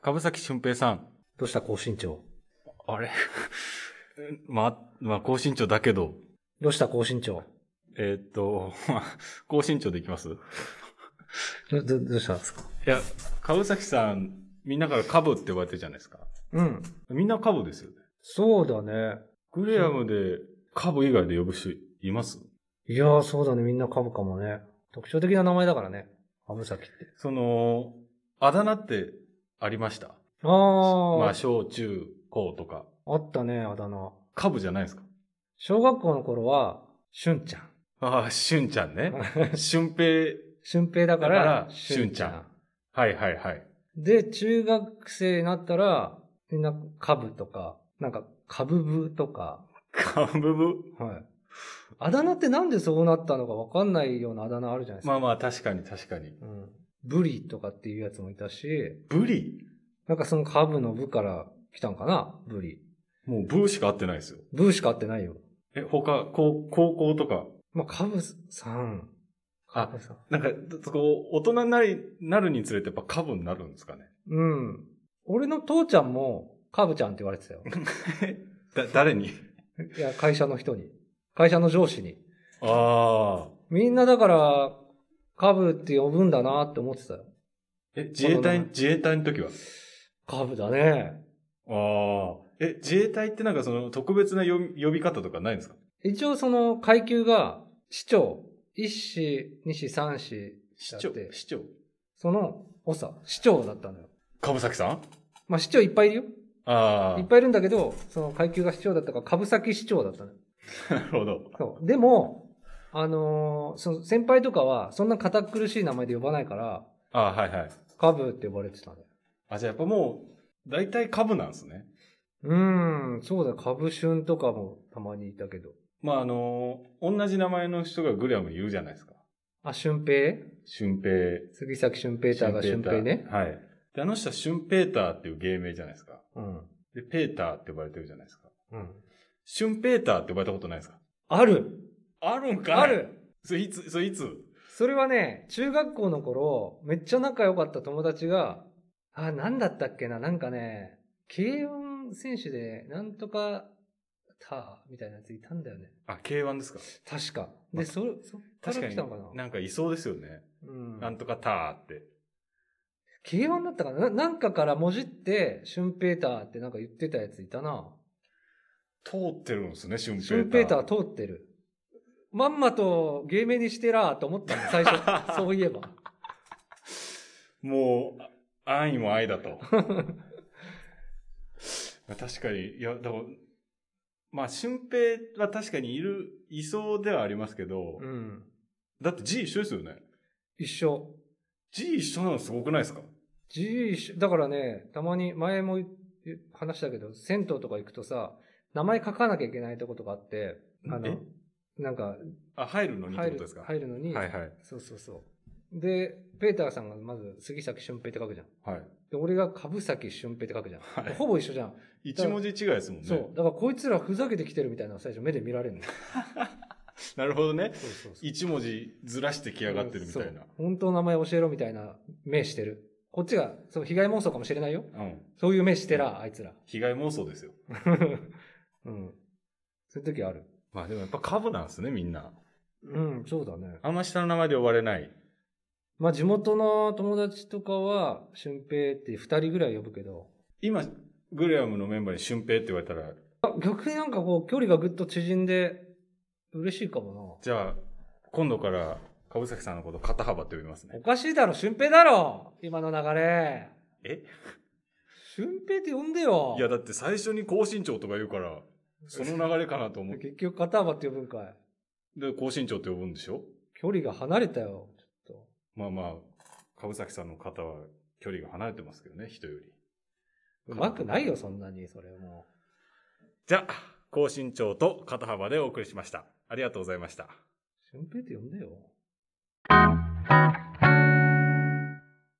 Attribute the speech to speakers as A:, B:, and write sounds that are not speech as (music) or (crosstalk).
A: 株崎俊平さん。
B: どうした高身長
A: あれ (laughs) ま、まあ、高身長だけど、
B: どうした高身長
A: えーっと、 (laughs) まあ、高身長でいきますい
B: ど、ど、どうしたんですか
A: や、株崎さん、みんなから株って呼ばれてるじゃないですか。
B: うん。
A: みんな株ですよね。
B: そうだね。
A: グレアムで株以外で呼ぶ人います
B: いやー、そうだね。みんな株かもね。特徴的な名前だからね。株崎って。
A: その、あだ名ってありました
B: あー、
A: まあ、小中高とか。
B: あったね、あだ名。
A: 株じゃないですか
B: 小学校の頃は、しゅんちゃん。
A: ああ、しゅんちゃんね。しゅんぺい。
B: 俊平だ
A: だ
B: から
A: から、俊ちゃ
B: ん
A: ん。はいはいはい。
B: で、中学生になったら、みんな株とか、なんか株部とか、
A: 株部
B: はい。あだ名ってなんでそうなったのかわかんないようなあだ名あるじゃないですか。
A: まあまあ、確かに確かに。
B: うん。ブリとかっていうやつもいたし、
A: ブリ
B: なんかその株の部から来たんかなブリ。
A: もうブーしか合ってないですよ。
B: ブーしか合ってないよ。
A: え、他、高高校とか。
B: まあ、株さん。
A: あ、
B: 株さん。
A: なんか、そこ、大人になり、なるにつれてやっぱ株になるんですかね。
B: うん。俺の父ちゃんも、株ちゃんって言われてた (laughs) よ。
A: だ、誰に
B: いや、会社の人に。会社の上司に。
A: ああ。
B: みんなだから、株って呼ぶんだなって思ってたよ。
A: え、自衛隊、
B: 大人
A: 自衛隊の時は
B: 株だね。
A: ああ。え、自衛隊ってなんかその特別な呼び呼び方とかないんですか
B: 一応その階級が、市長、一市、二市、三市、
A: 市
B: だ
A: 長
B: って
A: 市長
B: その、長、市長だったのよ。
A: 株崎さん
B: まあ市長いっぱいいるよ。
A: あ
B: いっぱいいるんだけど、その階級が市長だったから、株先市長だったのよ。
A: あ。なるほど。
B: そう。でも、あのーその先輩とかは、そんな堅苦しい名前で呼ばないから、
A: ああ、はいはい。
B: 株って呼ばれてたね。
A: あ、じゃあやっぱもう、大体株なんですね。
B: うーん、そうだ、株旬とかもたまにいたけど。
A: まああの同じ名前の人がグリアム言うじゃないですか。
B: あ、俊平
A: 俊平。
B: 杉崎俊平ちゃんが俊平ね。
A: はい。で、あの人はシュンペーターっていう芸名じゃないですか。
B: うん。
A: で、ペーターって呼ばれてるじゃないですか。
B: うん。
A: シュンペーターって呼ばれたことないですか
B: ある
A: あるんかい
B: ある
A: それいつ、それいつ
B: それはね、中学校の頃、めっちゃ仲良かった友達が、あ、なんだったっけな、なんかね、軽音選手で、なんとか、た、みたいなやついたんだよね。
A: あ、K1 ですか
B: 確か。
A: ま
B: で、そ、そっか
A: 確から
B: 来
A: に
B: たのかな。
A: なんかいそうですよね。
B: うん。
A: なんとかターって。
B: 軽音だったかなななんかからもじって、シュンペーターってなんか言ってたやついたな。
A: 通ってるんですね、シュンペー
B: シ
A: ター。
B: ュンペーター通ってる。まんまと芸名にしてらーと思ったの、最 (laughs) 初。そういえば。
A: もう、あ安易も愛だ
B: (laughs)
A: と。確かに、いや、だから、まあ、俊平は確かにいる、いそうではありますけど、
B: うん。
A: だって G 一緒ですよね。
B: 一緒。
A: G 一緒なのすごくないですか
B: G 一緒だからね、たまに前も話したけど、銭湯とか行くとさ、名前書かなきゃいけないとことかあって、あ
A: え
B: の、なんか
A: あ、入るのにって
B: 入
A: ことで
B: る
A: すか
B: 入るのに、
A: はいはい。
B: そうそうそう。で、ペーターさんがまず杉崎俊平って書くじゃん。
A: はい。
B: で、俺が株崎俊平って書くじゃん。
A: はい
B: ほぼ一緒じゃん。
A: 一文字違いですもんね。
B: そう。だからこいつらふざけてきてるみたいなのが最初目で見られるの。
A: なるほどね。
B: そうそうそう。
A: 一文字ずらしてきやがってるみたいな
B: そう。本当の名前教えろみたいな目してる。こっちが、その被害妄想かもしれないよ。
A: うん。
B: そういう目してら、あいつら。
A: 被害妄想ですよ。
B: うん。そういう時ある。
A: まあでもやっぱ株なんですね、みんな。
B: うん、そうだね。
A: あんま下の名前で呼ばれない。
B: まあ地元の友達とかは、俊平って二人ぐらい呼ぶけど、
A: 今、グレアムのメンバーに俊平って言われたら、
B: あ逆になんかこう、距離がぐっと縮んで、嬉しいかも
A: じゃあ、今度から、株崎さんのこと肩幅って呼びます
B: な。
A: ね
B: お。かしいだろ、俊平だろ今の流れ。
A: え
B: 俊平って呼んでよ。
A: いや、だって最初に高身長とか言うから、その流れかなと思って。
B: (laughs) 結局肩幅って呼ぶんかい。
A: で、高身長って呼ぶんでしょ
B: 距離が離れたよ、ちょっと。
A: まあまあ、株崎さんの肩は距離が離れてますけどね、人より。
B: うまくないよ、そんなに、それもう。
A: じゃあ、高身長と肩幅でお送りしました。ありがとうございました。
B: 俊平って呼んでよ。